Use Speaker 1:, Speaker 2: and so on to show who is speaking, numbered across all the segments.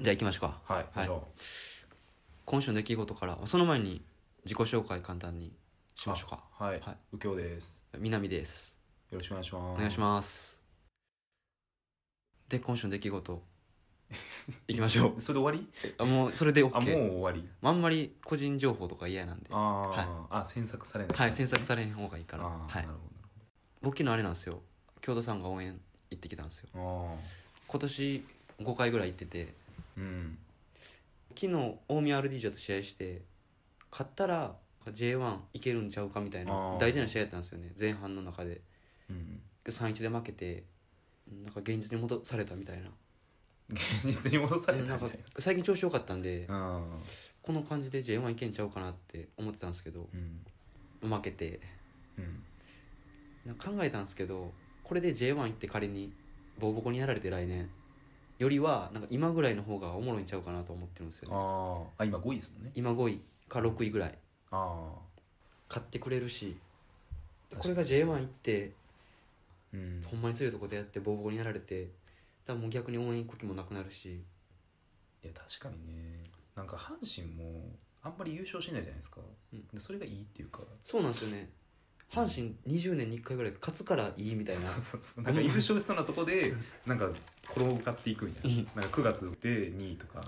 Speaker 1: じゃあ行きましょうか
Speaker 2: はい、
Speaker 1: はい
Speaker 2: じゃあ
Speaker 1: 今週の出来事からその前に自己紹介簡単にしましょうか
Speaker 2: はい、
Speaker 1: はい
Speaker 2: 右京です
Speaker 1: 南です
Speaker 2: よろしくお願いします
Speaker 1: お願いしますで今週の出来 事行きましょう
Speaker 2: それで終わり
Speaker 1: あもうそれで
Speaker 2: あもう
Speaker 1: OK
Speaker 2: 終わり
Speaker 1: あんまり個人情報とか嫌なんで
Speaker 2: あー、あ詮索されない
Speaker 1: はい詮索されへん方がいいから、
Speaker 2: あー
Speaker 1: はい
Speaker 2: な、るほ
Speaker 1: 僕のあれなんですよ京都さんが応援行ってきたんですよ
Speaker 2: どあ
Speaker 1: 今年5回ぐらい行ってて
Speaker 2: ーうん
Speaker 1: 昨日大宮アルディージャと試合して勝ったら J1 いけるんちゃうかみたい
Speaker 2: あ
Speaker 1: な
Speaker 2: ー
Speaker 1: 大事な試合やったんですよね前半の中で
Speaker 2: うん
Speaker 1: 3-1で負けてなんか現実に戻されたみたいな
Speaker 2: 現実に戻された
Speaker 1: な
Speaker 2: み
Speaker 1: ん
Speaker 2: た
Speaker 1: か
Speaker 2: い
Speaker 1: 最近調子良かったんで
Speaker 2: な
Speaker 1: この感じで J1 いけんちゃうかなって思ってたんですけど
Speaker 2: うんうん
Speaker 1: 負けて
Speaker 2: うん
Speaker 1: なんか考えたんですけどこれで J1 行って仮にボコボコにやられて来年よりはなんか今ぐらいの方がおもろいんちゃうかなと思ってるんですよ、ね、
Speaker 2: あーあ今5位ですもんね
Speaker 1: 今5位か6位ぐらい
Speaker 2: あ
Speaker 1: 買ってくれるしで
Speaker 2: 確
Speaker 1: こ
Speaker 2: か
Speaker 1: れ
Speaker 2: に
Speaker 1: が J1 行って
Speaker 2: あうん
Speaker 1: ほんまに強いとこでやってボコボコにやられてだからもう逆に応援行く気もなくなるし
Speaker 2: いや確かにねなんか阪神もあんまり優勝しないじゃないですか、
Speaker 1: うん
Speaker 2: でそれがいいっていうか
Speaker 1: そうなんですよね阪神20年に1回ぐらい勝つからいいみたいな
Speaker 2: そうそうそうなんか優勝しそうなとこでなんか転がっていくみたいななんか9月で2位とか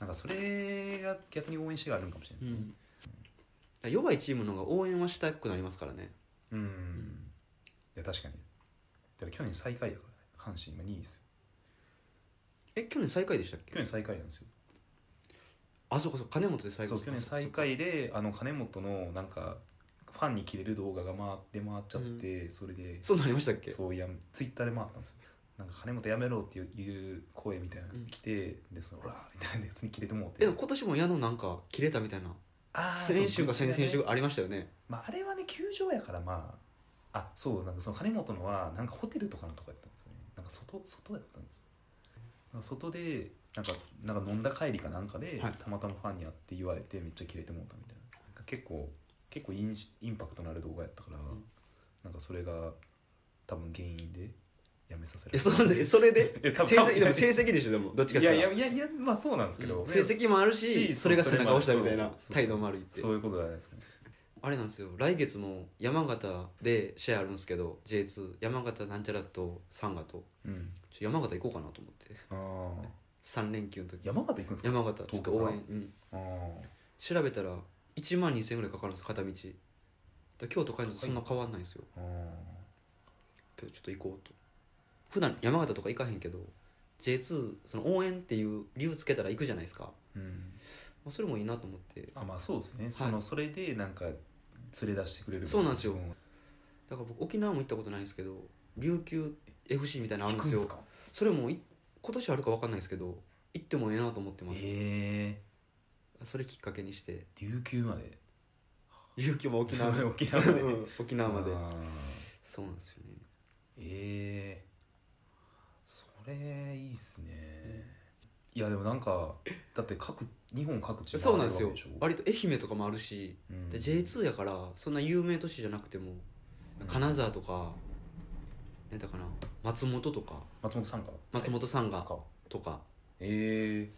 Speaker 2: なんかそれが逆に応援してがあるんかもしれないです
Speaker 1: だ
Speaker 2: ね
Speaker 1: から弱いチームの方が応援はしたくなりますからね
Speaker 2: うん、いや確かにだから去年最下位やから、ね、阪神今2位ですよ
Speaker 1: え去年最下位でしたっ
Speaker 2: 去
Speaker 1: け
Speaker 2: 年最下位なんですよ
Speaker 1: あそうかそうか金本で最下
Speaker 2: そ
Speaker 1: 位
Speaker 2: う去年最下位であの金本のなんかファンに切れる動画が回って回っちゃって、それで
Speaker 1: そうなりましたっけ
Speaker 2: そういやツイッターで回ったんですよなんか金本やめろっていういう声みたいな
Speaker 1: うん
Speaker 2: の来て、でそのうわーみたいな普通に切れてもう
Speaker 1: え
Speaker 2: て
Speaker 1: でも今年も矢野なんか切れたみたいな
Speaker 2: あー
Speaker 1: 先週か
Speaker 2: そう
Speaker 1: 先
Speaker 2: 愚痴
Speaker 1: 々週
Speaker 2: がね
Speaker 1: かありましたよね
Speaker 2: まあ、あれはね球場やからまああそうなんかその金本のはなんかホテルとかのとこやったんですよねなんか外外やったんですよなんか外でなんかなんか飲んだ帰りかなんかで、
Speaker 1: はい
Speaker 2: たまたまファンに会って言われてめっちゃキレてもうたみたいななんか結構結構インインパクトのある動画やったから、
Speaker 1: ん
Speaker 2: なんかそれが多分原因でやめさせら
Speaker 1: え
Speaker 2: れ
Speaker 1: それそれで
Speaker 2: え
Speaker 1: 成
Speaker 2: 多分
Speaker 1: 績でも成績でしょでもどっちか
Speaker 2: い
Speaker 1: って
Speaker 2: や
Speaker 1: 言
Speaker 2: い
Speaker 1: った
Speaker 2: や
Speaker 1: ら
Speaker 2: いやいやまあそうなんですけど、
Speaker 1: うん成績もあるし
Speaker 2: し
Speaker 1: それが背中を押したみたい
Speaker 2: そ
Speaker 1: な
Speaker 2: れもあるそう
Speaker 1: 態度もあるって
Speaker 2: そういうことじゃないですかね
Speaker 1: あれなんですよ来月も山形で試合あるんですけど J2 山形なんちゃらとサンガと
Speaker 2: うん
Speaker 1: ちょ山形行こうかなと思って
Speaker 2: ああ
Speaker 1: 3連休の時
Speaker 2: 山形行くんですか
Speaker 1: 山形ちょっと応援、うん、
Speaker 2: ああ
Speaker 1: 調べたら1万2000円ぐらいかかるんです片道だから京都帰るのとそんな変わんないんですよ
Speaker 2: あ
Speaker 1: けどちょっと行こうと普段山形とか行かへんけど J2 その応援っていう理由つけたら行くじゃないですか、ま
Speaker 2: ーうん
Speaker 1: あ、それもいいなと思って
Speaker 2: あまあそうですね、そのそれでなんか連れ出してくれる
Speaker 1: そうなんですよだから僕沖縄も行ったことないんですけど琉球 FC みたいなのあ
Speaker 2: 聞
Speaker 1: るんです
Speaker 2: くんで
Speaker 1: よ
Speaker 2: すか
Speaker 1: それもい今年あるか分かんないですけど行ってもええなと思ってます、
Speaker 2: え
Speaker 1: それきっかけにして
Speaker 2: ー、琉球まで
Speaker 1: 琉球も沖 縄で
Speaker 2: 沖縄まで
Speaker 1: うん沖縄まで
Speaker 2: あー
Speaker 1: そうなんですよね
Speaker 2: えー、それいいっすね、いやでもなんかだって各日本各地
Speaker 1: そうなんですよ
Speaker 2: 回るわ
Speaker 1: 割と愛媛とかもあるし、
Speaker 2: けでしょ
Speaker 1: で J2 やからそんな有名都市じゃなくても
Speaker 2: うん
Speaker 1: 金沢とか、なんだかな松本とか
Speaker 2: 松本さんか
Speaker 1: 松本さんが
Speaker 2: か
Speaker 1: とか、
Speaker 2: え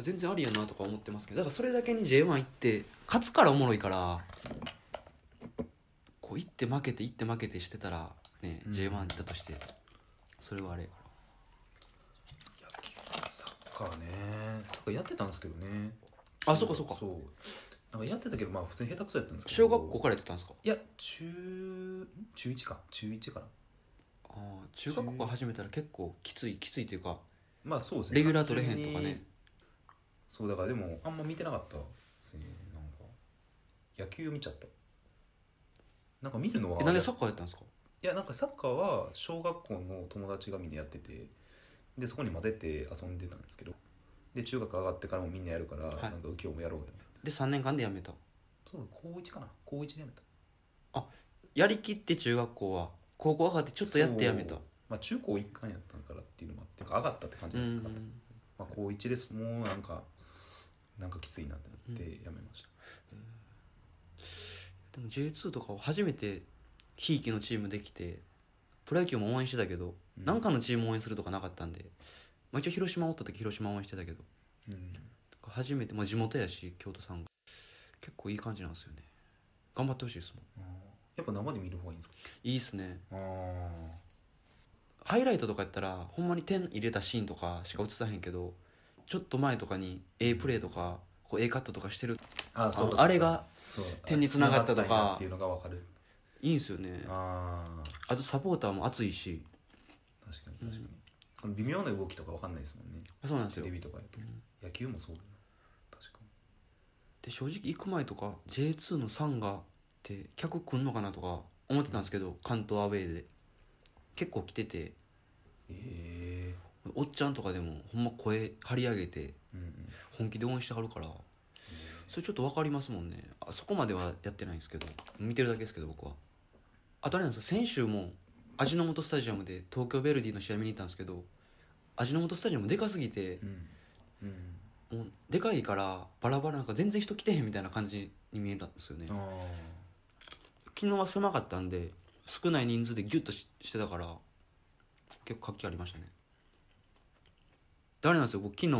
Speaker 1: 全然ありやなとか思ってますけどだからそれだけに J1 行って勝つからおもろいからこう行って負けて行って負けてしてたらね、
Speaker 2: うん
Speaker 1: J1 行ったとしてそれはあれやから
Speaker 2: ー、野球サッカーねサッカーやってたんですけどね
Speaker 1: あそうかそうか
Speaker 2: そうなんかやってたけどまあ普通に下手くそやったんですけど
Speaker 1: 小学校からやってたんですか
Speaker 2: いや中ん中1か中1かな
Speaker 1: ああ中学校から始めたら結構きついきついというか
Speaker 2: まあそうですね
Speaker 1: レギュラー取れへんとか
Speaker 2: 単純
Speaker 1: ね
Speaker 2: にそうだからでもあんま見てなかったですねなんか野球見ちゃったなんか見るのは
Speaker 1: えなんでサッカーやったんですか
Speaker 2: いやなんかサッカーは小学校の友達がみんなやっててでそこに混ぜて遊んでたんですけどで中学上がってからもみんなやるから、
Speaker 1: い
Speaker 2: なんか右京もやろうよ
Speaker 1: で3年間でやめた
Speaker 2: そう高1かな高1でやめた
Speaker 1: やりきって中学校は高校上がってちょっとやってやめた
Speaker 2: そうまあ中高一貫やったからっていうのもあってなんか上がったって感じ
Speaker 1: う
Speaker 2: じゃなかった
Speaker 1: ん
Speaker 2: まあ、高1ですもうなんかなんかきついなってなってやめました、
Speaker 1: でも J2 とかを初めてひいきのチームできてプロ野球も応援してたけど、
Speaker 2: う
Speaker 1: なんかのチーム応援するとかなかったんでまあ、一応広島おった時広島応援してたけど
Speaker 2: うん、
Speaker 1: 初めて、まあ、地元やし京都さんが結構いい感じなんですよね頑張ってほしいですもん
Speaker 2: やっぱ生で見る方がいいんですか
Speaker 1: いいっすね
Speaker 2: あ
Speaker 1: ハイライトとかやったらほんまに点入れたシーンとかしか映さへんけどちょっと前とかに A プレーとかこう A カットとかしてる
Speaker 2: あ
Speaker 1: あのあれが
Speaker 2: そう
Speaker 1: 点に繋がったとか
Speaker 2: 繋んやっていうのが分かる
Speaker 1: いいんすよね
Speaker 2: ああ
Speaker 1: あとサポーターも熱いし
Speaker 2: 確かに確かに、その微妙な動きとか分かんないですもんね
Speaker 1: そうなんです
Speaker 2: テ
Speaker 1: よ
Speaker 2: レビとかやと、野球もそうだな確かに
Speaker 1: で正直行く前とか J2 のサンガって客来んのかなとか思ってたんですけど関東アウェーで結構来てて
Speaker 2: え
Speaker 1: おっちゃんとかでもほんま声張り上げて
Speaker 2: えうんうん
Speaker 1: 本気で応援してはるからそれちょっと分かりますもんねあそこまではやってないんですけど見てるだけですけど僕はあとあれなんですよ先週も味の素スタジアムで東京ヴェルディの試合見に行ったんですけど味の素スタジアムでかすぎて
Speaker 2: うん うん
Speaker 1: もうでかいからバラバラなんか全然人来てへんみたいな感じに見えたんですよね
Speaker 2: あ
Speaker 1: 昨日は狭かったんで少ない人数でギュッとししてたから結構活気ありましたね誰なんですよ僕昨日、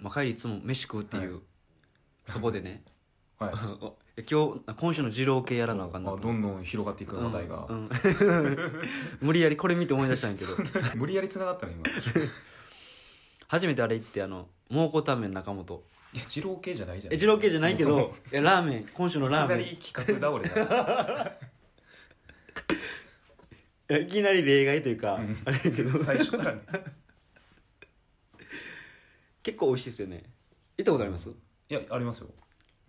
Speaker 1: まあ、帰りいつも飯食うっていう、
Speaker 2: は
Speaker 1: そこで ね
Speaker 2: あはい
Speaker 1: お今日今週の二郎系やらなあかんな
Speaker 2: あ
Speaker 1: と
Speaker 2: どんどん広がっていく話題が、
Speaker 1: うん 無理やりこれ見て思い出したん やけど
Speaker 2: 無理やり繋がったね今い
Speaker 1: 初めてあれ行ってあの蒙古タンメン中本
Speaker 2: や二郎系じゃないじゃん
Speaker 1: え二郎系じゃないけ
Speaker 2: そも
Speaker 1: どいやラーメン今週の
Speaker 2: そも
Speaker 1: ラ
Speaker 2: い
Speaker 1: ー
Speaker 2: きな
Speaker 1: メン
Speaker 2: り企画倒れだ
Speaker 1: いやいきなり例外というか、あれやけど
Speaker 2: 最初からね
Speaker 1: 結構美味しいですよね行ったことあります
Speaker 2: いやありますよ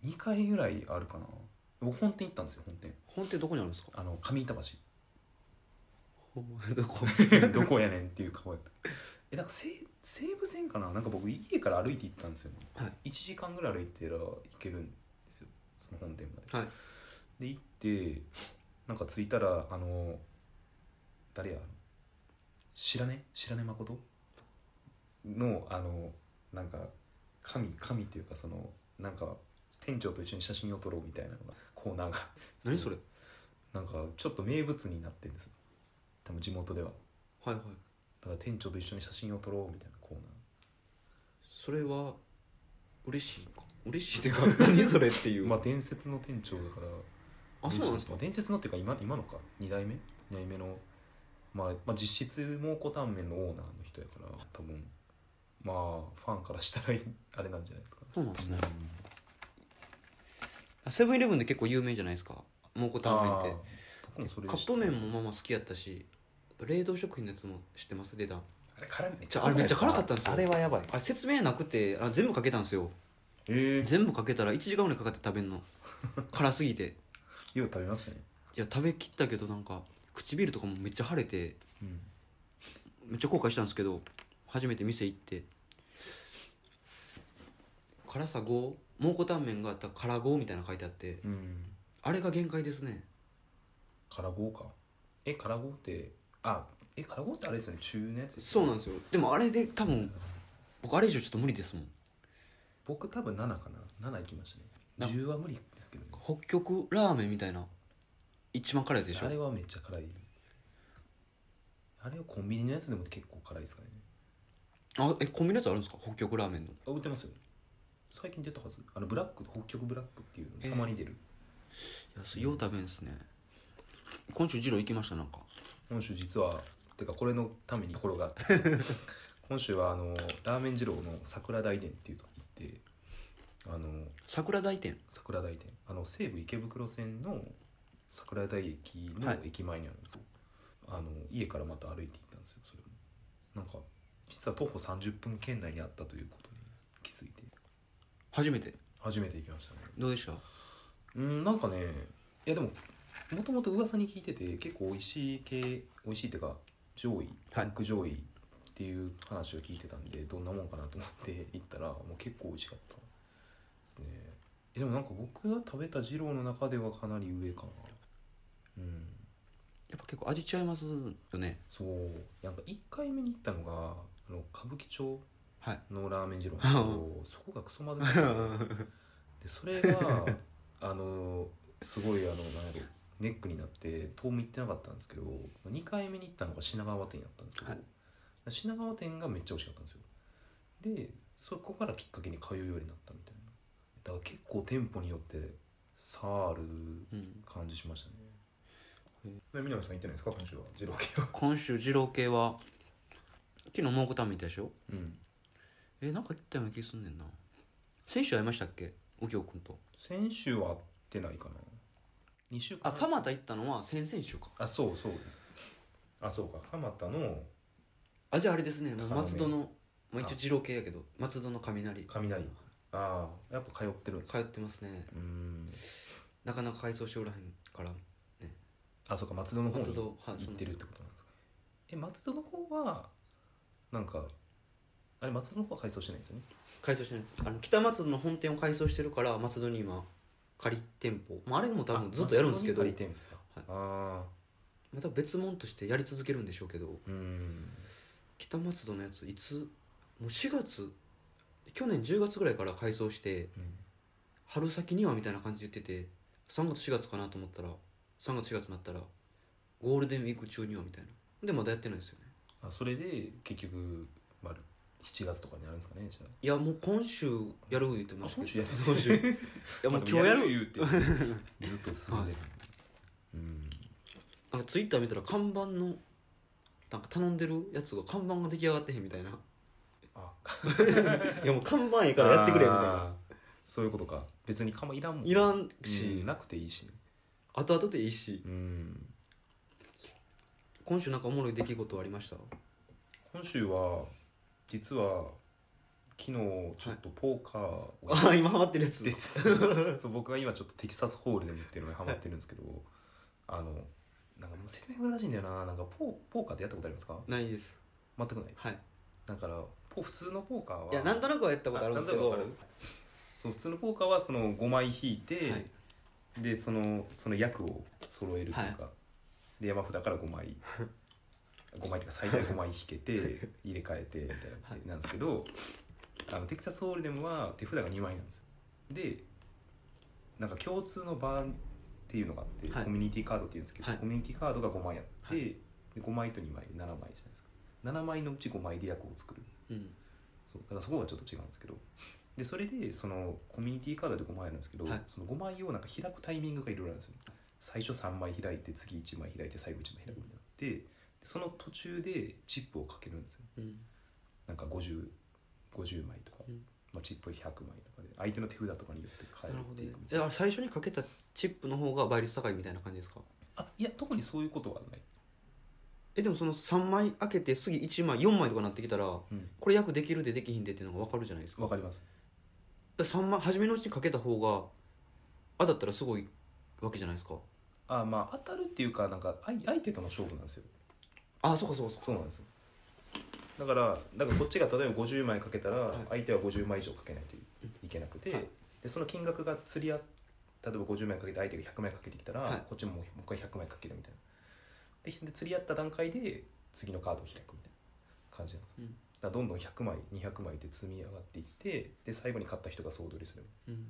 Speaker 2: 2回ぐらいあるかな僕本店行ったんですよ本店
Speaker 1: 本店どこにあるんですか
Speaker 2: あの上板橋
Speaker 1: ほんまどこ
Speaker 2: どこやねんっていう顔やったえなんか西西武線かななんか僕家から歩いて行ったんですよね、
Speaker 1: はい
Speaker 2: 一1時間ぐらい歩いてら行けるんですよその本店まで
Speaker 1: はい
Speaker 2: で行ってなんか着いたらあの誰や知らね知らね誠のあのなんか神神っていうかそのなんか店長と一緒に写真を撮ろうみたいなのがコーナーが
Speaker 1: 何それ
Speaker 2: なんかちょっと名物になってるんですよ多分地元では
Speaker 1: はいはい
Speaker 2: だから店長と一緒に写真を撮ろうみたいなコーナー
Speaker 1: それは嬉しいか嬉しいっていう か何それっていう、
Speaker 2: まあ伝説の店長だから
Speaker 1: あそうなんですか
Speaker 2: 伝説のっていうか今今のか2代目2代目の、まあ、まあ実質蒙古タンメンのオーナーの人やから多分まあファンからしたらあれなんじゃないですか、
Speaker 1: そうなんですねセブンイレブンで結構有名じゃないですか蒙古タンメンって
Speaker 2: 僕もそれ
Speaker 1: カップ麺もまあまあ好きやったし冷凍食品のやつも知ってます出た
Speaker 2: あれ辛いめっ
Speaker 1: ちゃあれめっちゃ辛かったんですよ
Speaker 2: あれはやばい
Speaker 1: あれ説明なくてあ全部かけたんですよ
Speaker 2: ええ
Speaker 1: 全部かけたら1時間ぐらいかかって食べんの辛すぎて
Speaker 2: よう食べましたね
Speaker 1: いや食べきったけどなんか唇とかもめっちゃ腫れて
Speaker 2: うん
Speaker 1: めっちゃ後悔したんですけど初めて店行って辛さ5蒙古タンメンがあったら辛5みたいなの書いてあって
Speaker 2: うん
Speaker 1: あれが限界ですね
Speaker 2: 辛ごうかえ辛ごうってあえ辛ごうってあれですよね中のやつ
Speaker 1: そうなんですよでもあれで多分僕あれ以上ちょっと無理ですもん
Speaker 2: 僕多分7かな7いきました
Speaker 1: な
Speaker 2: ね10は無理ですけどね
Speaker 1: 北極ラーメンみたいな一番辛いやつでしょ
Speaker 2: あれはめっちゃ辛いあれはコンビニのやつでも結構辛いですからね
Speaker 1: あえコンビニのやつあるんですか北極ラーメンの
Speaker 2: あ売ってますよ最近出たはずあのブラック北極ブラックっていう
Speaker 1: えー
Speaker 2: のたまに出る、
Speaker 1: いやそうよう食べんすね今週二郎行きましたなんか
Speaker 2: 今週実はてかこれのために 心が今週はあのラーメン二郎の桜大殿っていうとこ行ってあの
Speaker 1: 桜大店
Speaker 2: 桜台店あの西武池袋線の桜台駅の
Speaker 1: はい
Speaker 2: 駅前にあるんですよ、あの家からまた歩いて行ったんですよそれもなんか実は徒歩30分圏内にあったということに気づいて
Speaker 1: 初めて
Speaker 2: 初めて行きましたね
Speaker 1: どうでした
Speaker 2: うんなんかねいやでももともと噂に聞いてて結構美味しい系美味しいっていうか上位ランク上位っていう話を聞いてたんでどんなもんかなと思って 行ったらもう結構美味しかったですねえでもなんか僕が食べた二郎の中ではかなり上かなうん
Speaker 1: やっぱ結構味違いますよね
Speaker 2: そうなんか1回目に行ったのがあの歌舞伎町
Speaker 1: はい
Speaker 2: のラーメン二郎なんですけどそこがクソまずくてでそ れがあのすごいあのなんやろネックになって遠も行ってなかったんですけど2回目に行ったのが品川店やったんですけど、
Speaker 1: はい
Speaker 2: 品川店がめっちゃ美味しかったんですよでそこからきっかけに通うようになったみたいなだから結構店舗によって差ある
Speaker 1: うん、
Speaker 2: 感じしましたね
Speaker 1: へえ
Speaker 2: で南さん行ってないですか今週は二郎系は
Speaker 1: 今週二郎系は昨日蒙古タン見たでしょ
Speaker 2: うん
Speaker 1: えなんか言ったような気すんねんな先週会いましたっけ右京君と
Speaker 2: 先週は会ってないかな2週間
Speaker 1: あ蒲田行ったのは先々週か
Speaker 2: あそうそうですあそうか蒲田の
Speaker 1: あじゃああれですねもう
Speaker 2: 高野
Speaker 1: 松戸の、まあ、
Speaker 2: あ
Speaker 1: 一応二郎系やけど松戸の雷
Speaker 2: 雷ああやっぱ通ってるんです
Speaker 1: 通ってますね
Speaker 2: うん
Speaker 1: なかなか改装しておらへんから
Speaker 2: あそうか松戸の方に
Speaker 1: 松戸は
Speaker 2: 行
Speaker 1: いそう
Speaker 2: っ
Speaker 1: なんで
Speaker 2: て
Speaker 1: す
Speaker 2: るってことなんですかえ松戸の方はなんかあれ松戸の方は改装してないですよね
Speaker 1: 改装してないですあの北松戸の本店を改装してるから松戸に今仮店舗、まあ、あれも多分ずっとやるんですけど
Speaker 2: あ
Speaker 1: ま
Speaker 2: 松戸に借りてん
Speaker 1: はい
Speaker 2: のかあ
Speaker 1: た別物としてやり続けるんでしょうけど
Speaker 2: ーうん
Speaker 1: 北松戸のやついつもう4月去年10月ぐらいから改装して
Speaker 2: うん
Speaker 1: 春先にはみたいな感じで言ってて3月4月かなと思ったら3月4月になったらゴールデンウィーク中にはみたいなでまだやってないですよね
Speaker 2: あそれで結局、まあ、7月とかになるんですかねじゃあ
Speaker 1: いやもう今週やる言ってましたけど
Speaker 2: あ
Speaker 1: 今週いやもう 今日やる
Speaker 2: 言うてずっと進んでる、うん
Speaker 1: なんかツイッター見たら看板のなんか頼んでるやつが看板が出来上がってへん みたいな
Speaker 2: あ
Speaker 1: いやもう看板いいからやってくれみたい
Speaker 2: あ
Speaker 1: な
Speaker 2: ーそういうことか別に釜いらんも ん
Speaker 1: いらん
Speaker 2: う
Speaker 1: し、
Speaker 2: んなくていいし
Speaker 1: 後々でいいし
Speaker 2: うん
Speaker 1: 今週なんかおもろい出来事ありました
Speaker 2: 今週は実は昨日ちょっとポーカーをや
Speaker 1: ああ今ハマってるやつ
Speaker 2: っ ててそう僕が今ちょっとテキサスホールでもっていうのにハマってるんですけどあのなんかもう説明が難しいんだよななんかポーポーカーってやったことありますか
Speaker 1: ないです
Speaker 2: 全くない
Speaker 1: はい
Speaker 2: だからポ普通のポーカーはい
Speaker 1: やなんとなくはやったことあるんですけど
Speaker 2: あなんとなくわかるそう普通のポーカーはその5枚引いて、
Speaker 1: はい
Speaker 2: でそのその役を揃えるというか、で山札から5枚 5枚っていうか最大5枚引けて入れ替えてみたいな感じなんですけど、あのテキサスホールデムは手札が2枚なんですでなんか共通の場っていうのがあって、
Speaker 1: はい
Speaker 2: コミュニティカードっていうんですけど、
Speaker 1: はい
Speaker 2: コミュニティカードが5枚あって、
Speaker 1: はい
Speaker 2: で5枚と2枚7枚じゃないですか7枚のうち5枚で役を作る
Speaker 1: うん
Speaker 2: そうだからそこがちょっと違うんですけどでそれでそのコミュニティカードで5枚あるんですけど、
Speaker 1: はい
Speaker 2: その5枚をなんか開くタイミングがいろいろあるんですよね最初3枚開いて次1枚開いて最後1枚開くみたいになってでその途中でチップをかけるんですよ
Speaker 1: うん
Speaker 2: なんか5050枚とか、
Speaker 1: うん
Speaker 2: まあ、チップ100枚とかで相手の手札とかによって
Speaker 1: な
Speaker 2: 変え
Speaker 1: る
Speaker 2: るっ
Speaker 1: ほど
Speaker 2: てい
Speaker 1: ね
Speaker 2: うみたいない
Speaker 1: や最初にかけたチップの方が倍率高いみたいな感じですか
Speaker 2: あいや特にそういうことはない、
Speaker 1: えでもその3枚開けて次1枚4枚とかなってきたら
Speaker 2: うん、
Speaker 1: これ役できるでできひんでっていうのが分かるじゃないですか
Speaker 2: わかります
Speaker 1: 3枚初めのうちにかけた方が当たったらすごいわけじゃないですか
Speaker 2: あまあ当たるっていうかなんか相相手との勝負なんですよ
Speaker 1: あそうかそうかそうか
Speaker 2: そうなんですよだからだからこっちが例えば50枚かけたら
Speaker 1: い
Speaker 2: 相手は50枚以上かけないといけなくて、
Speaker 1: はい
Speaker 2: でその金額が釣り合っ例えば50枚かけて相手が100枚かけてきたら、
Speaker 1: はい
Speaker 2: こっちももう一回100枚かけるみたいなでで釣り合った段階で次のカードを開くみたいな感じなんです
Speaker 1: う
Speaker 2: よ、
Speaker 1: ん
Speaker 2: だからどんどん100枚200枚で積み上がっていってで最後に勝った人が総取りするみ
Speaker 1: うん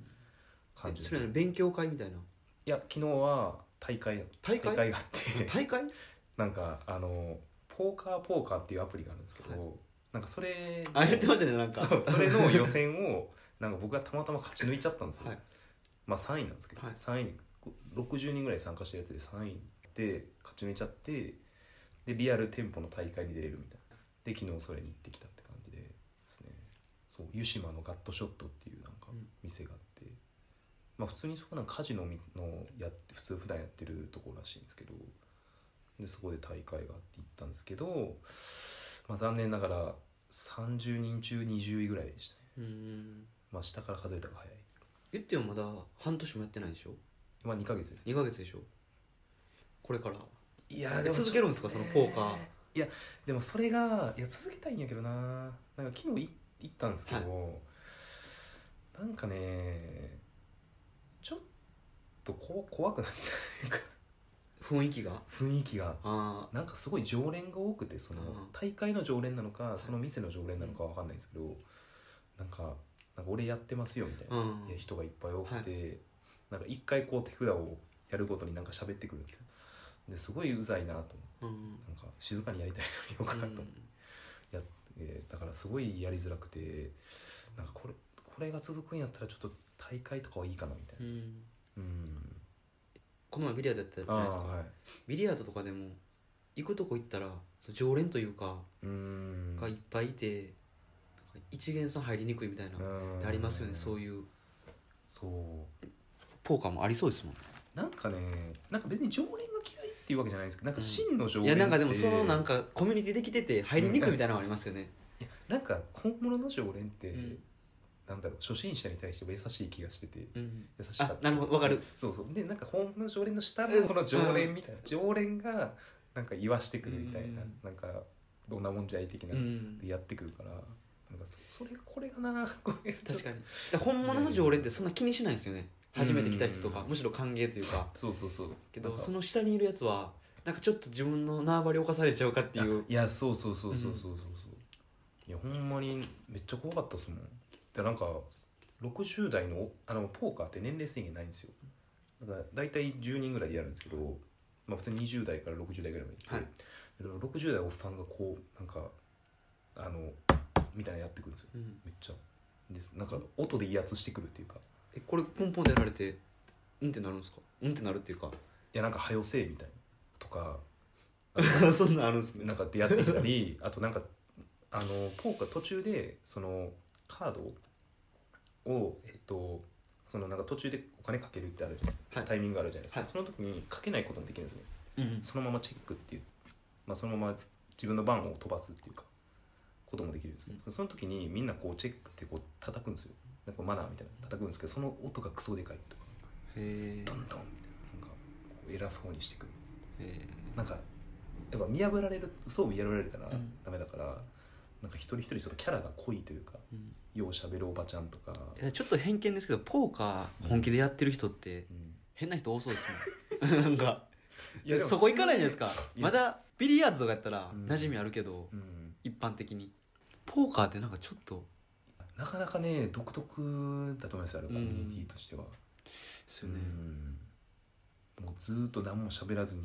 Speaker 2: たいな感じ
Speaker 1: え
Speaker 2: で
Speaker 1: それはね勉強会みたいない
Speaker 2: や昨日は大会
Speaker 1: 大会
Speaker 2: があって
Speaker 1: 大会
Speaker 2: なんかあのポーカーポーカーっていうアプリがあるんですけど、
Speaker 1: はい
Speaker 2: なんかそれ
Speaker 1: あやってましたねなんか
Speaker 2: そうそれの予選をなんか僕がたまたま勝ち抜いちゃったんですよ、
Speaker 1: はい
Speaker 2: まあ3位なんですけど、
Speaker 1: はい
Speaker 2: 3位60人ぐらい参加してるやつで3位で勝ち抜いちゃってでリアル店舗の大会に出れるみたいなで昨日それに行ってきたって感じでですねそう湯島のガットショットっていうなんか
Speaker 1: うん
Speaker 2: 店があって、まあ普通にそこなんかカジノみのやって普通普段やってるところらしいんですけどでそこで大会があって行ったんですけど、まあ、残念ながら30人中20位ぐらいでしたね
Speaker 1: うん
Speaker 2: まあ下から数えたら早い
Speaker 1: 言ってもまだ半年もやってないでしょ
Speaker 2: まあ2ヶ月ですね
Speaker 1: 2ヶ月でしょこれから
Speaker 2: いや
Speaker 1: 続けるんですかそのポーカー
Speaker 2: いやでもそれがいや続けたいんやけどななんか昨日い行ったんですけど、なんかねちょっとこ怖くなったというか
Speaker 1: 雰囲気が
Speaker 2: 雰囲気が
Speaker 1: あ
Speaker 2: なんかすごい常連が多くてその
Speaker 1: うん
Speaker 2: 大会の常連なのかその店の常連なのかわかんないんですけどなんかなんか俺やってますよみたい
Speaker 1: あう
Speaker 2: な、
Speaker 1: ん
Speaker 2: いや人がいっぱい多くて、なんか一回こう手札をやるごとになんか喋ってくるんですよですごいうざいなと思って
Speaker 1: うん
Speaker 2: なんか静かにやりたいのによかなと思って、やえーだからすごいやりづらくてなんかこれこれが続くんやったらちょっと大会とかはいいかなみたいな
Speaker 1: うん
Speaker 2: うん
Speaker 1: この前ビリヤードやってたじ
Speaker 2: あ
Speaker 1: ゃ
Speaker 2: あ
Speaker 1: ないですか、
Speaker 2: はい
Speaker 1: ビリヤードとかでも行くとこ行ったらその常連というか
Speaker 2: うん
Speaker 1: がいっぱいいて、なんか一元さん入りにくいみたいな、
Speaker 2: うん
Speaker 1: ってありますよねそういう
Speaker 2: そう
Speaker 1: ポーカーもありそうですもん
Speaker 2: なんかねなんか別に常連が嫌いっていうわけじゃないんですけどなんか真の常
Speaker 1: い
Speaker 2: 連
Speaker 1: や
Speaker 2: って
Speaker 1: なんかでもそのなんかコミュニティできてて入りにくいみたいなのありますよね、
Speaker 2: いやなんか本物の常連って、
Speaker 1: うん
Speaker 2: なんだろう初心者に対しても優しい気がしてて
Speaker 1: うん
Speaker 2: 優しかった
Speaker 1: あなるほどわかる
Speaker 2: そうそうでなんか本物の常連の下
Speaker 1: う
Speaker 2: の
Speaker 1: ん
Speaker 2: この常連みたいな、常連がなんか言わしてくるみたいな、
Speaker 1: うん
Speaker 2: なんかどんなもんじゃい的な、
Speaker 1: うん
Speaker 2: でやってくるからなんかそそれこれがなこれが
Speaker 1: 確かにで本物の常連ってそんな気にしないんですよね
Speaker 2: うん
Speaker 1: 初めて来た人とかむしろ歓迎というか
Speaker 2: そうそうそう
Speaker 1: け
Speaker 2: な
Speaker 1: ど
Speaker 2: んか
Speaker 1: その下にいるやつはなんかちょっと自分の縄張りを犯されちゃうかっていう
Speaker 2: いやそうそうそうそうそうそうそう、いやほんまにめっちゃ怖かったっすもんでなんか60代のあのポーカーって年齢制限ないんですよだから大体10人ぐらいでやるんですけど、まあ、普通に20代から60代ぐらいまでいて、
Speaker 1: はい
Speaker 2: で60代おっさんがこうなんかあのみたいなのやってくるんですよ
Speaker 1: うん
Speaker 2: めっちゃですなんか音で威圧してくるっていうか
Speaker 1: えこれポンポンでやられてうんってなるんですかうんってなるっていうか
Speaker 2: いやなんか「はよせえ」みたいなとか
Speaker 1: そんなんあるんですね
Speaker 2: なんか出会ってきたり あとなんかあのポーカー途中でそのカードをえっとそのなんか途中でお金かけるってあるじゃん、
Speaker 1: はい
Speaker 2: タイミングあるじゃないですか、
Speaker 1: はい
Speaker 2: その時にかけないこともできるんですね
Speaker 1: うん
Speaker 2: そのままチェックっていう、まあ、そのまま自分の番を飛ばすっていうかこともできるんですけど、その時にみんなこうチェックってこう叩くんですよなんかマナーみたいなの叩くんですけどその音がクソでかいとか
Speaker 1: へ
Speaker 2: ドンドンみたいななんかこう偉そうにしてくる
Speaker 1: えへえ
Speaker 2: なんかやっぱ見破られる嘘を見破られたら
Speaker 1: うん
Speaker 2: ダメだから、なんか一人一人ちょっとキャラが濃いというか
Speaker 1: うん
Speaker 2: ようしゃべるおばちゃんとか、
Speaker 1: いやちょっと偏見ですけどポーカー本気でやってる人って
Speaker 2: うん
Speaker 1: 変な人多そうですもん なんか
Speaker 2: いやでも
Speaker 1: そこ行かないじゃないですか
Speaker 2: いや
Speaker 1: まだビリヤードとかやったら
Speaker 2: うん
Speaker 1: 馴染みあるけど、
Speaker 2: うん、
Speaker 1: 一般的にポーカーってなんかちょっと
Speaker 2: なかなかね独特だと思いますよあれコミュニティとしては、
Speaker 1: ですよね、
Speaker 2: うんもうずーっと何も喋らずに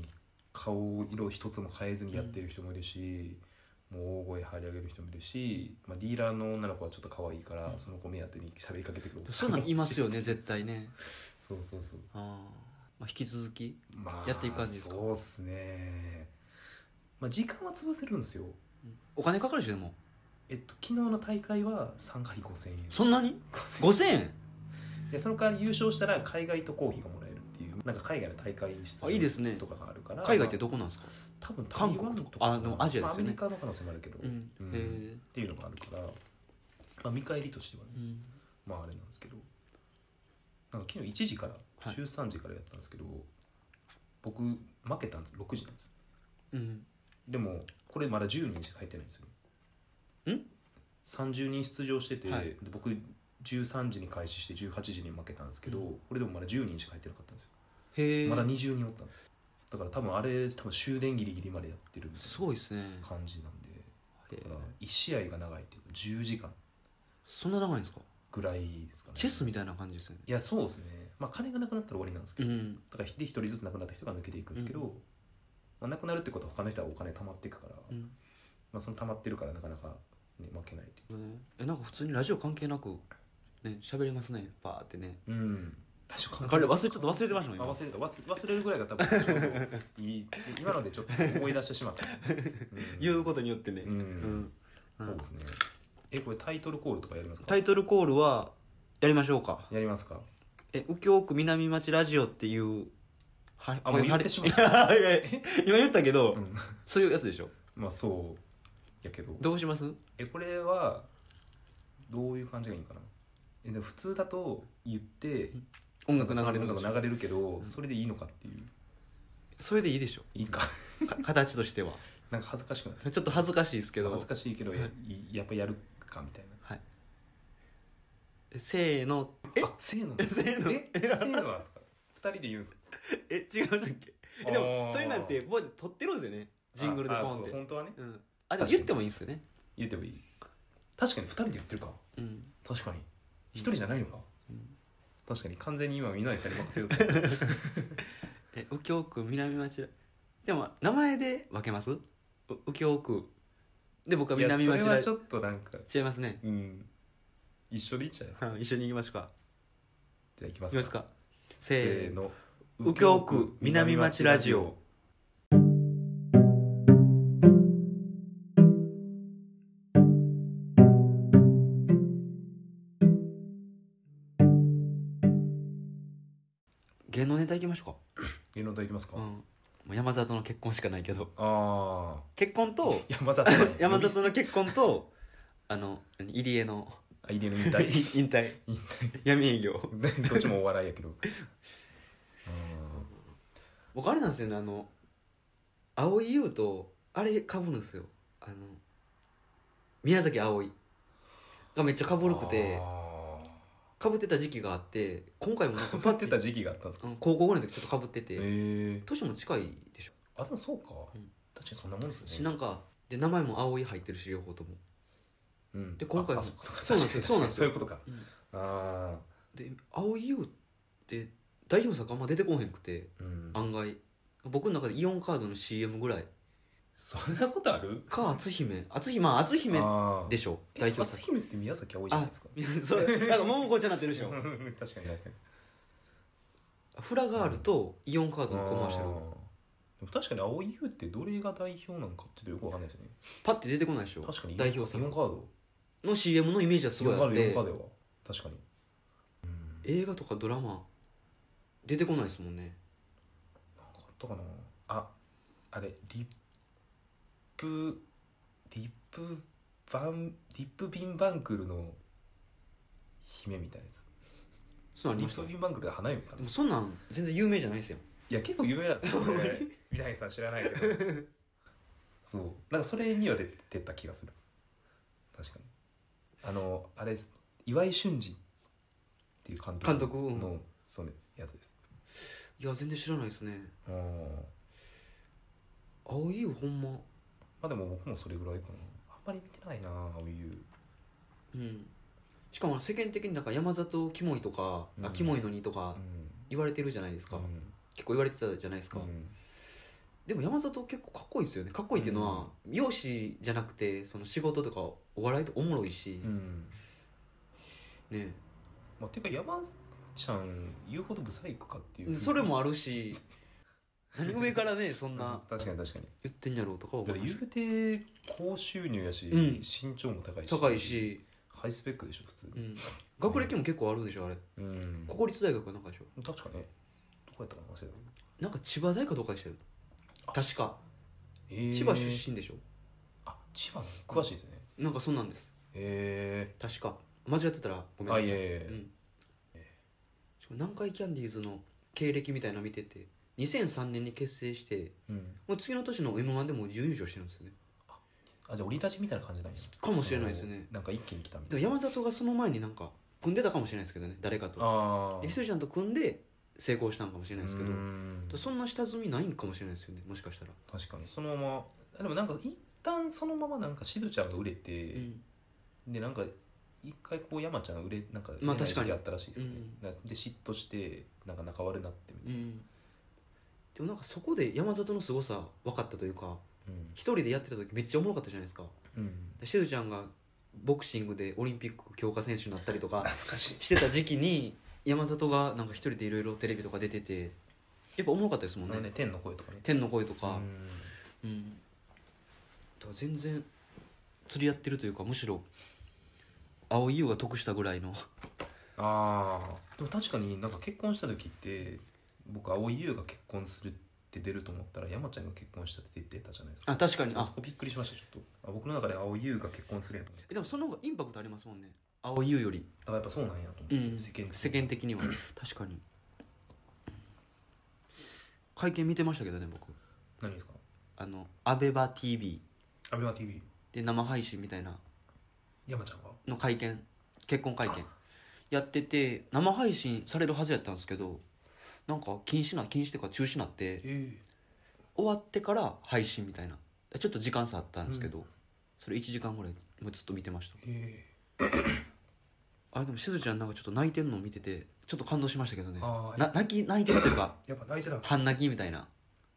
Speaker 2: 顔色一つも変えずにやってる人もいるし、もう大声張り上げる人もいるし、まあ、ディーラーの女の子はちょっと可愛いから、
Speaker 1: うん
Speaker 2: その子目当てに喋りかけてくるおっさ
Speaker 1: そ
Speaker 2: ん
Speaker 1: う
Speaker 2: も
Speaker 1: ないの
Speaker 2: るし
Speaker 1: いますよね絶対ね
Speaker 2: そうそうそう
Speaker 1: あー、まあ、引き続き
Speaker 2: ま
Speaker 1: やっていく感じですか
Speaker 2: そうっすねまあ時間は潰せるんですよ
Speaker 1: お金かかるしでも
Speaker 2: えっと昨日の大会は参加費5000円
Speaker 1: そんなに
Speaker 2: 5000
Speaker 1: 5000円
Speaker 2: でその代わり優勝したら海外とコーヒーがもらえるっていうなんか海外の大会出
Speaker 1: あいいですね
Speaker 2: とかがあるから
Speaker 1: 海外って
Speaker 2: まあ
Speaker 1: どこなんですか、
Speaker 2: 多分
Speaker 1: 韓国
Speaker 2: 台湾
Speaker 1: あでもアジアですよね
Speaker 2: まあアメリカの可能性もあるけど、
Speaker 1: うん
Speaker 2: うん
Speaker 1: へえ、
Speaker 2: っていうのがあるから、まあ、見返りとしてはね
Speaker 1: うん、
Speaker 2: まああれなんですけどなんか昨日1時から
Speaker 1: はい
Speaker 2: 13時からやったんですけど、僕負けたんです6時なんですよ
Speaker 1: うん、
Speaker 2: でもこれまだ10人しか入ってないんですよ
Speaker 1: ん
Speaker 2: 30人出場してて、
Speaker 1: はい
Speaker 2: で僕13時に開始して18時に負けたんですけど、
Speaker 1: う
Speaker 2: これでもまだ10人しか入ってなかったんですよ、
Speaker 1: へえ、
Speaker 2: まだ20人おったのだから多分あれ多分終電ギリギリまでやってるみた
Speaker 1: すごいですね
Speaker 2: いな感じなんで
Speaker 1: へ
Speaker 2: だ
Speaker 1: え
Speaker 2: から1試合が長いっていうか10時間
Speaker 1: そんな長いんですか
Speaker 2: ぐらいですかね
Speaker 1: チェスみたいな感じですよね
Speaker 2: いやそうですねまあ金がなくなったら終わりなんですけ
Speaker 1: う
Speaker 2: ど、
Speaker 1: ん
Speaker 2: だからで1人ずつなくなった人が抜けていくんですけど、
Speaker 1: うん
Speaker 2: まあ、なくなるってことは他の人はお金貯まっていくから、
Speaker 1: うん
Speaker 2: まあ、その貯まってるからなかなか、ね、負けないっていう
Speaker 1: ねえなんか普通にラジオ関係なくね喋れますねバーってね
Speaker 2: うん。ラジオ
Speaker 1: あれ忘れちょっと忘れてましたもん
Speaker 2: あ
Speaker 1: 今
Speaker 2: 忘れた忘忘れるぐらいが多分ちょうどいい今のでちょっと思い出してしまった、うん
Speaker 1: 言うことによってね
Speaker 2: うん、
Speaker 1: うん
Speaker 2: そうですねえこれタイトルコールとかやりますか
Speaker 1: タイトルコールはやりましょうか
Speaker 2: やりますか
Speaker 1: え右京区南町ラジオっていうは
Speaker 2: あもう言ってしまっ た
Speaker 1: いやいや今言ったけど、
Speaker 2: うん
Speaker 1: そういうやつでしょ
Speaker 2: まあそうやけど
Speaker 1: どうします
Speaker 2: えこれはどういう感じがいいんかなえでも普通だと言って
Speaker 1: 音楽流れるの
Speaker 2: の
Speaker 1: か
Speaker 2: が流れるけど、それでいいのかっていう
Speaker 1: それでいいでしょ
Speaker 2: いいか
Speaker 1: か形としては
Speaker 2: なんか恥ずかしくなる
Speaker 1: ちょっと恥ずかしいですけど
Speaker 2: 恥ずかしいけどややっぱやるかみたいな
Speaker 1: はいえせーのえ
Speaker 2: あせーの
Speaker 1: えせーの
Speaker 2: えせーのなんですか二人で言うんですか
Speaker 1: え違いましたっけえでも
Speaker 2: あー
Speaker 1: それなんてもう撮ってるんですよねジングルで
Speaker 2: ああ
Speaker 1: ポンっ
Speaker 2: そ
Speaker 1: て
Speaker 2: う本当はね
Speaker 1: うんあでも言ってもいいんですよね
Speaker 2: 言ってもいい確かに二人で言ってるか
Speaker 1: うん
Speaker 2: 確かに一人じゃないのか、
Speaker 1: うん
Speaker 2: 確かに完全に今みなりさ んに任せようと思って
Speaker 1: え右京区南町でも名前で分けますう右京区で僕はい
Speaker 2: や
Speaker 1: 南町
Speaker 2: それは
Speaker 1: 大
Speaker 2: ちょっとなんか
Speaker 1: 違いますね
Speaker 2: うん一緒でいいんじゃないですか
Speaker 1: はい一緒に行きましょうか
Speaker 2: じゃあ行き
Speaker 1: 行
Speaker 2: ま
Speaker 1: き
Speaker 2: す
Speaker 1: ま
Speaker 2: か
Speaker 1: すかせ
Speaker 2: せ
Speaker 1: ー
Speaker 2: ー
Speaker 1: の
Speaker 2: の
Speaker 1: 右京区南町ラジオ芸能ネタ行きましょ
Speaker 2: 芸能と行きます
Speaker 1: う
Speaker 2: か、
Speaker 1: か、うん、もう山里の結婚しかないけど
Speaker 2: ああ
Speaker 1: 結婚と
Speaker 2: 山里ね
Speaker 1: 山里の結婚とあの何入江の
Speaker 2: あ入れの引退
Speaker 1: 引退
Speaker 2: 引
Speaker 1: 闇営業
Speaker 2: 退どっちもお笑いやけどうん
Speaker 1: 僕あれなんですよねあの蒼井優とあれかぶるんですよあの宮崎あおいがめっちゃかぶるくて
Speaker 2: あー
Speaker 1: かぶってた時期があって今回も なんか
Speaker 2: 頑張ってた時期があったんですか
Speaker 1: うん高校ぐらいの時ちょっとかぶって
Speaker 2: へ
Speaker 1: て、
Speaker 2: え
Speaker 1: 年も近いでしょ
Speaker 2: あでもそうか、
Speaker 1: うん
Speaker 2: 確かにそんなもんですよね
Speaker 1: しなんかで名前も青い入ってるし両方とも
Speaker 2: うん、
Speaker 1: で今回
Speaker 2: あ
Speaker 1: も
Speaker 2: あそうかそうか
Speaker 1: そうなんですよそう
Speaker 2: 確かに
Speaker 1: ないんで
Speaker 2: そううことか、
Speaker 1: うん
Speaker 2: あ
Speaker 1: で青い優って代表作あんま出てこへんくて
Speaker 2: あうん
Speaker 1: 案外僕の中でイオンカードの CM ぐらい
Speaker 2: そんなことある
Speaker 1: か篤姫篤姫まあ篤姫
Speaker 2: あー
Speaker 1: でしょ
Speaker 2: え
Speaker 1: 代表
Speaker 2: 篤
Speaker 1: 作
Speaker 2: 姫って宮崎あおいじゃな
Speaker 1: あ
Speaker 2: いですか
Speaker 1: そうなんか桃子ちゃんになってるでし
Speaker 2: 確
Speaker 1: ょ
Speaker 2: かに確かに
Speaker 1: フラガールとイオンカードのコマーシャ
Speaker 2: あ
Speaker 1: ル
Speaker 2: ーでも確かに青い優ってどれが代表なのかってよくわかんないですね
Speaker 1: パッて出てこないでしょ
Speaker 2: 確かに
Speaker 1: 代表
Speaker 2: イオン
Speaker 1: 作
Speaker 2: カード
Speaker 1: の CM のイメージはす
Speaker 2: イオ
Speaker 1: ご
Speaker 2: ン
Speaker 1: い
Speaker 2: カ
Speaker 1: あ
Speaker 2: ー
Speaker 1: っ
Speaker 2: ドイオン
Speaker 1: て
Speaker 2: カードは確かにうん
Speaker 1: 映画とかドラマ出てこないですもんね
Speaker 2: なんかあったかなああれリップリップバンリップビンバンクルの姫みたいなやつ
Speaker 1: そうなんあり
Speaker 2: リ
Speaker 1: まし
Speaker 2: ッ
Speaker 1: た
Speaker 2: プ
Speaker 1: で
Speaker 2: ビンバンクルで花嫁かな
Speaker 1: もそんなん全然有名じゃないですよ
Speaker 2: いや結構有名なんですよこれ未来さん知らないけど そうなんかそれには出てた気がする確かにあのあれです岩井俊二っていう監督
Speaker 1: 監督うん
Speaker 2: のそのやつです
Speaker 1: いや全然知らないですね
Speaker 2: ああ
Speaker 1: 青い優ほんま
Speaker 2: まあでも僕もそれぐらいかなあんまり見てないなああいう
Speaker 1: うんしかも世間的になんか山里キモいとか、
Speaker 2: う
Speaker 1: あ
Speaker 2: ん
Speaker 1: キモいのにとか
Speaker 2: うん
Speaker 1: 言われてるじゃないですか、
Speaker 2: うん
Speaker 1: 結構言われてたじゃないですか、
Speaker 2: うん
Speaker 1: でも山里結構かっこいいですよねかっこいいっていうのは、容姿じゃなくてその仕事とかお笑いとおもろいし
Speaker 2: う、ん
Speaker 1: ね
Speaker 2: まあ、ていうか山ちゃん言うほどブサイクかっていう
Speaker 1: それもあるし何上からねそんな
Speaker 2: 確かに確かに
Speaker 1: 言ってんやろうとか思
Speaker 2: だっ
Speaker 1: い
Speaker 2: て
Speaker 1: ま
Speaker 2: 言
Speaker 1: し
Speaker 2: うて高収入やし、
Speaker 1: うん
Speaker 2: 身長も高いした
Speaker 1: 高いし、
Speaker 2: ハイスペックでしょ普通
Speaker 1: うん、学歴も結構あるんでしょあれ
Speaker 2: うん
Speaker 1: 国立大学かなんかでしょ
Speaker 2: 確かねどこやったかな忘れたけど
Speaker 1: なんか千葉大かどうかでしてる
Speaker 2: あ
Speaker 1: 確か
Speaker 2: えー
Speaker 1: 千葉出身でしょ
Speaker 2: あ千葉の詳しいですね
Speaker 1: なんかそんなんです
Speaker 2: へ
Speaker 1: 確か間違ってたらご
Speaker 2: え
Speaker 1: めんな
Speaker 2: あ
Speaker 1: さ
Speaker 2: い
Speaker 1: い
Speaker 2: えいえ
Speaker 1: うんしかも南海キャンディーズの経歴みたいなの見てて2003年に結成して
Speaker 2: うん
Speaker 1: もう次の年の m 1でもう準優勝してるんですよね
Speaker 2: あじゃあ折り立ちみたいな感じなんや
Speaker 1: かもしれないですね
Speaker 2: そのなんか一気に来たみた
Speaker 1: で
Speaker 2: い
Speaker 1: も山里がその前になんか組んでたかもしれないですけどね誰か
Speaker 2: な
Speaker 1: と
Speaker 2: ああ
Speaker 1: でひすずちゃんと組んで成功したんかもしれないですけど
Speaker 2: うん
Speaker 1: そんな下積みないんかもしれないですよねもしかしたら、
Speaker 2: 確かにそのままあでもなんか一旦そのままなんかしずちゃんが売れて、
Speaker 1: うん
Speaker 2: でなんか一回こう山ちゃん売れなんか
Speaker 1: まあ
Speaker 2: 売れない
Speaker 1: 確かに
Speaker 2: 時期あったらしいですよね、
Speaker 1: うん
Speaker 2: なで嫉妬してなんか仲悪なってみたい
Speaker 1: うん、でもなんかそこで山里の凄さ分かったというか
Speaker 2: な
Speaker 1: 一人でやってた時めっちゃおもろかったじゃないですか
Speaker 2: うん、
Speaker 1: でしずちゃんがボクシングでオリンピック強化選手になったりと か
Speaker 2: 懐かしい
Speaker 1: してた時期に山里がなんか一人でいろいろテレビとか出ててやっぱおもろかったですもん
Speaker 2: あの
Speaker 1: ね
Speaker 2: ね天の声とかね
Speaker 1: 天の声と
Speaker 2: う
Speaker 1: か
Speaker 2: ん
Speaker 1: うん、だから全然釣り合ってるというかむしろ青井優が得したぐらいの
Speaker 2: ああでも確かになんか結婚した時って僕蒼井優が結婚するって出ると思ったら山ちゃんが結婚したって出たじゃないですか
Speaker 1: あ確かにあ
Speaker 2: そこびっくりしましたちょっとあ僕の中で蒼井優が結婚するやと思って
Speaker 1: えでもその方がインパクトありますもんね青井優より、
Speaker 2: だからやっぱそうなんやと思って、
Speaker 1: うん、
Speaker 2: 世間的に
Speaker 1: 世間的には確かに会見見てましたけどね僕
Speaker 2: 何ですか
Speaker 1: あのアベバ t v
Speaker 2: アベマ t v
Speaker 1: で生配信みたいな
Speaker 2: 山ちゃんが
Speaker 1: の会見結婚会見やってて生配信されるはずやったんですけどなんか禁止な禁止というか中止なって
Speaker 2: え
Speaker 1: 終わってから配信みたいなちょっと時間差あったんですけど、それ1時間ぐらいもうずっと見てました
Speaker 2: ええ
Speaker 1: あれでもしずちゃんなんかちょっと泣いてんのを見ててちょっと感動しましたけどね
Speaker 2: あー
Speaker 1: な泣き泣いてるというか
Speaker 2: やっぱ泣いてたんです
Speaker 1: 半泣きみたいな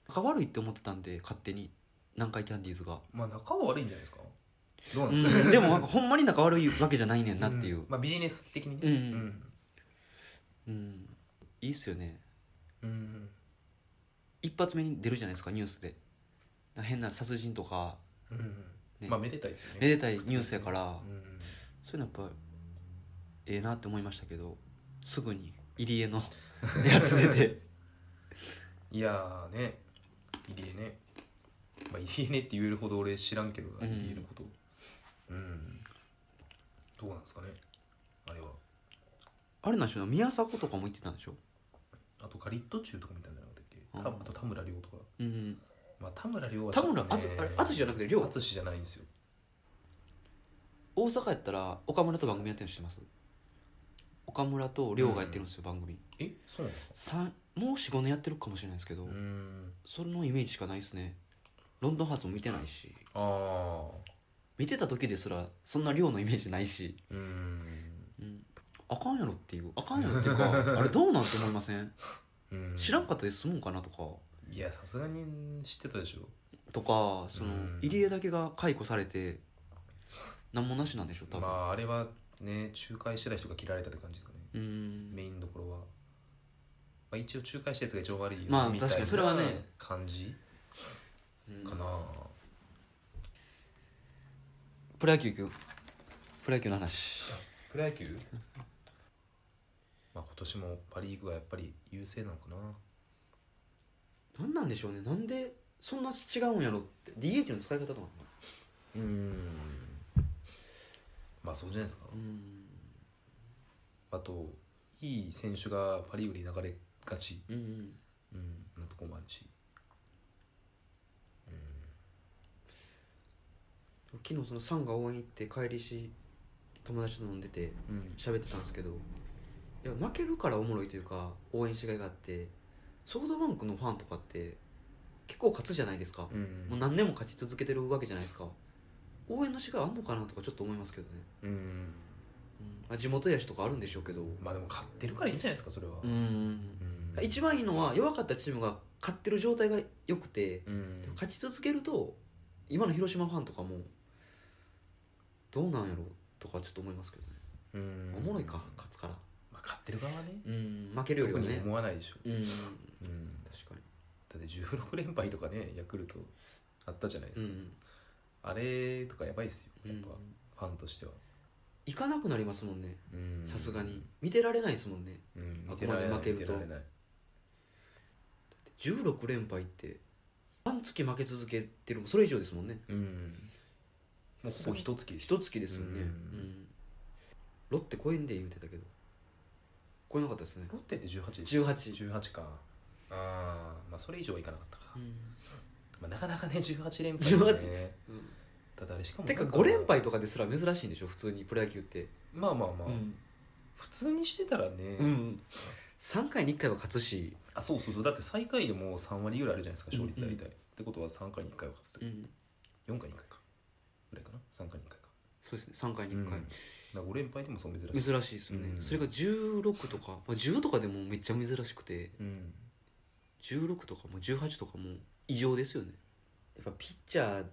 Speaker 1: 仲悪いって思ってたんで勝手に南海キャンディーズが
Speaker 2: まあ仲は悪いんじゃないですかどうなん
Speaker 1: う
Speaker 2: ですか、
Speaker 1: ん、でもなんかほんまに仲悪いわけじゃないねんなっていう、
Speaker 2: まあ、ビジネス的にね
Speaker 1: うん
Speaker 2: うん
Speaker 1: うん、いいっすよね
Speaker 2: うん
Speaker 1: 一発目に出るじゃないですかニュースでなんか変な殺人とか
Speaker 2: うん
Speaker 1: ね
Speaker 2: まあめでたいですよね
Speaker 1: めでたいニュースやから、
Speaker 2: うん
Speaker 1: そういうのやっぱええなって思いましたけどすぐに入江の やつ出て
Speaker 2: いやーね入江ねまあ入江ねって言えるほど俺知らんけど
Speaker 1: う
Speaker 2: な
Speaker 1: ん
Speaker 2: 入江のことうんどうなんですかねあれは
Speaker 1: あれなんでしょうね宮迫とかも言ってたんでしょ
Speaker 2: あとガリット中とかみたいなのなかったっけ
Speaker 1: うん
Speaker 2: たあと田村亮とか
Speaker 1: うん
Speaker 2: まあ田村亮は
Speaker 1: 田村あつあれ淳じゃなくて亮
Speaker 2: 淳じゃないんですよ
Speaker 1: 大阪やったら岡村と番組やってるの知ってます岡村と亮がやってるんですよ、番組
Speaker 2: えそうなんですか
Speaker 1: 三もう45年やってるかもしれないですけど、
Speaker 2: うーん
Speaker 1: そのイメージしかないですねロンドンハーツも見てないし
Speaker 2: ああ
Speaker 1: 見てた時ですらそんな量のイメージないし、
Speaker 2: うーん
Speaker 1: うん、あかんやろっていうあかんやろっていうかあれどうなんて思いません
Speaker 2: うん
Speaker 1: 知らんかったで済むんかなとか
Speaker 2: いやさすがに知ってたでしょ
Speaker 1: とかその
Speaker 2: うん
Speaker 1: 入江だけが解雇されて何もなしなんでしょ多分、
Speaker 2: まああれはね仲介してた人が切られたって感じですかね
Speaker 1: うん
Speaker 2: メインどころは、まあ、一応仲介したやつが一番悪いよね
Speaker 1: まあ
Speaker 2: みたいな
Speaker 1: 確かにそれはね
Speaker 2: 感じ
Speaker 1: うん
Speaker 2: かな、
Speaker 1: プロ野球行くプロ野球の話
Speaker 2: プロ野球まあ今年もパ・リーグはやっぱり優勢なのかな
Speaker 1: 何なんでしょうねなんでそんな違うんやろって DH の使い方とかなの
Speaker 2: うんまあそうじゃないですか
Speaker 1: うん
Speaker 2: あといい選手がパ・リーグに流れがち
Speaker 1: うんうん
Speaker 2: うんなとこもあるし
Speaker 1: 昨日そのサンが応援行って帰りし友達と飲んでて
Speaker 2: うん
Speaker 1: 喋ってたんですけどいや負けるからおもろいというか応援しがいがあってソフトバンクのファンとかって結構勝つじゃないですか、
Speaker 2: うん
Speaker 1: もう何年も勝ち続けてるわけじゃないですか応援のしがいあんのかなとかちょっと思いますけどね、
Speaker 2: うん
Speaker 1: うんあ地元やしとかあるんでしょうけど
Speaker 2: まあでも勝ってるからいいんじゃないですかそれは
Speaker 1: うん
Speaker 2: うん
Speaker 1: 一番いいのは弱かったチームが勝ってる状態が良くて
Speaker 2: うん
Speaker 1: 勝ち続けると今の広島ファンとかもどうなんやろうとかちょっと思いますけどね、
Speaker 2: うん
Speaker 1: おもろいか勝つから
Speaker 2: まあ勝ってる側はね
Speaker 1: うん負けるより
Speaker 2: 特
Speaker 1: は
Speaker 2: に
Speaker 1: ね
Speaker 2: 思わないでしょ
Speaker 1: うん
Speaker 2: うん
Speaker 1: 確か
Speaker 2: だって16連敗とかねヤクルトあったじゃないです
Speaker 1: にう
Speaker 2: か、
Speaker 1: ん
Speaker 2: あれとかやばいっすよ
Speaker 1: う
Speaker 2: やっ
Speaker 1: ん
Speaker 2: ぱ、ファンとしては
Speaker 1: 行かなくなりますもんね
Speaker 2: うん
Speaker 1: さすがに、見てられないですもんね
Speaker 2: うん、
Speaker 1: あくまで負けると
Speaker 2: 見てられない
Speaker 1: 16連敗って半月負け続けてるもそれ以上ですもんね
Speaker 2: うんもうほぼ一月でしょ
Speaker 1: 一月ですよね
Speaker 2: う
Speaker 1: うんん、ロッテ超えんで言うてたけど超えなかったですね
Speaker 2: ロッテって18でしょ
Speaker 1: 18、
Speaker 2: 18かああまあそれ以上はいかなかったか、
Speaker 1: うん
Speaker 2: まあ、なかなかね18連敗だね
Speaker 1: うん
Speaker 2: ただあれしかも
Speaker 1: てか
Speaker 2: なんか
Speaker 1: 5連敗とかですら珍しいんでしょ普通にプロ野球って
Speaker 2: まあまあまあ、
Speaker 1: ん、
Speaker 2: 普通にしてたらね、
Speaker 1: うん、3回に1回は勝つし、
Speaker 2: あそうそうそうだって最下位でもう3割ぐらいあるじゃないですか勝率大体、
Speaker 1: うんう
Speaker 2: ってことは3回に1回は勝つと、
Speaker 1: ん、
Speaker 2: 4回に1回かぐらいかな3回に1回か
Speaker 1: そうですね3回に1回、
Speaker 2: うんだから5連敗でもそう珍しい
Speaker 1: 珍しいですよね、
Speaker 2: うん
Speaker 1: それが16とか、まあ、10とかでもめっちゃ珍しくて
Speaker 2: うん
Speaker 1: 16とかも18とかも異常ですよねやっぱピッチャー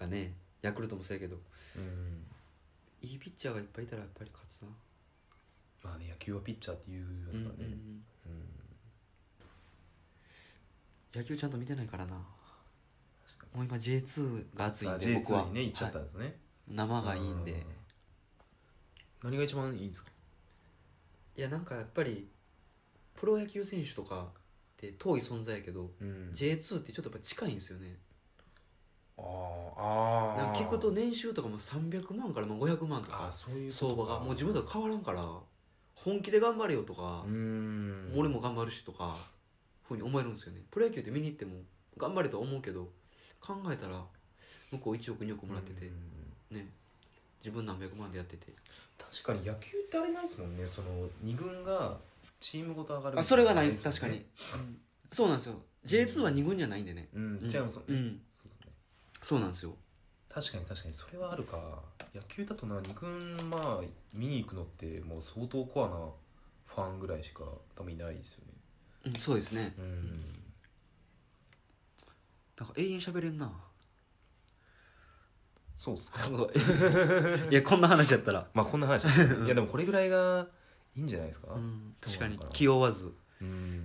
Speaker 1: がねヤクルトもそうやけど
Speaker 2: うん
Speaker 1: いいピッチャーがいっぱいいたらやっぱり勝つな
Speaker 2: まあね野球はピッチャーっていうやつから
Speaker 1: うんうんうん
Speaker 2: ねうん、
Speaker 1: 野球ちゃんと見てないからな
Speaker 2: 確か
Speaker 1: もう今 J2 が熱い
Speaker 2: に
Speaker 1: ん
Speaker 2: あ
Speaker 1: で僕は
Speaker 2: J2 にね行っちゃった
Speaker 1: は
Speaker 2: ん
Speaker 1: い
Speaker 2: ですね、
Speaker 1: 生がいいんで
Speaker 2: う何が一番いいんですか
Speaker 1: いやなんかやっぱりプロ野球選手とかって遠い存在やけど、
Speaker 2: うん、
Speaker 1: J2 ってちょっとやっぱ近いんですよね
Speaker 2: あー
Speaker 1: なん
Speaker 2: あ
Speaker 1: か
Speaker 2: ー
Speaker 1: 聞くと年収とかも300万からまあ500万と
Speaker 2: あー
Speaker 1: か
Speaker 2: そういう
Speaker 1: 相場がもう自分
Speaker 2: だ
Speaker 1: とは変わらんから本気で頑張れよとか
Speaker 2: う、ん
Speaker 1: 俺も頑張るしとかふうに思えるんですよねプロ野球って見に行っても頑張れとは思うけど考えたら向こう1億2億もらってて、
Speaker 2: うん
Speaker 1: ね自分何百万でやってて
Speaker 2: 確かに野球ってあれないですもんねその二軍がチームごと上がる
Speaker 1: あそれはないです
Speaker 2: みた
Speaker 1: 確か
Speaker 2: なの
Speaker 1: に、
Speaker 2: ね
Speaker 1: そうなんですよ J2 は2軍じゃないんでね
Speaker 2: うん違いますもん
Speaker 1: うん
Speaker 2: ねそうだね
Speaker 1: そうなんですよ
Speaker 2: 確かに確かにそれはあるか野球だとな二軍まあ見に行くのってもう相当コアなファンぐらいしか多分いないですよね
Speaker 1: うん、そうですね
Speaker 2: うん
Speaker 1: なんか永遠喋れんな
Speaker 2: そうっすか
Speaker 1: いやこんな話やったら、
Speaker 2: まあこんな話ですねいやでもこれぐらいがいいんじゃないですか、
Speaker 1: うん、確かに
Speaker 2: そうなのかな
Speaker 1: 気負わず
Speaker 2: うん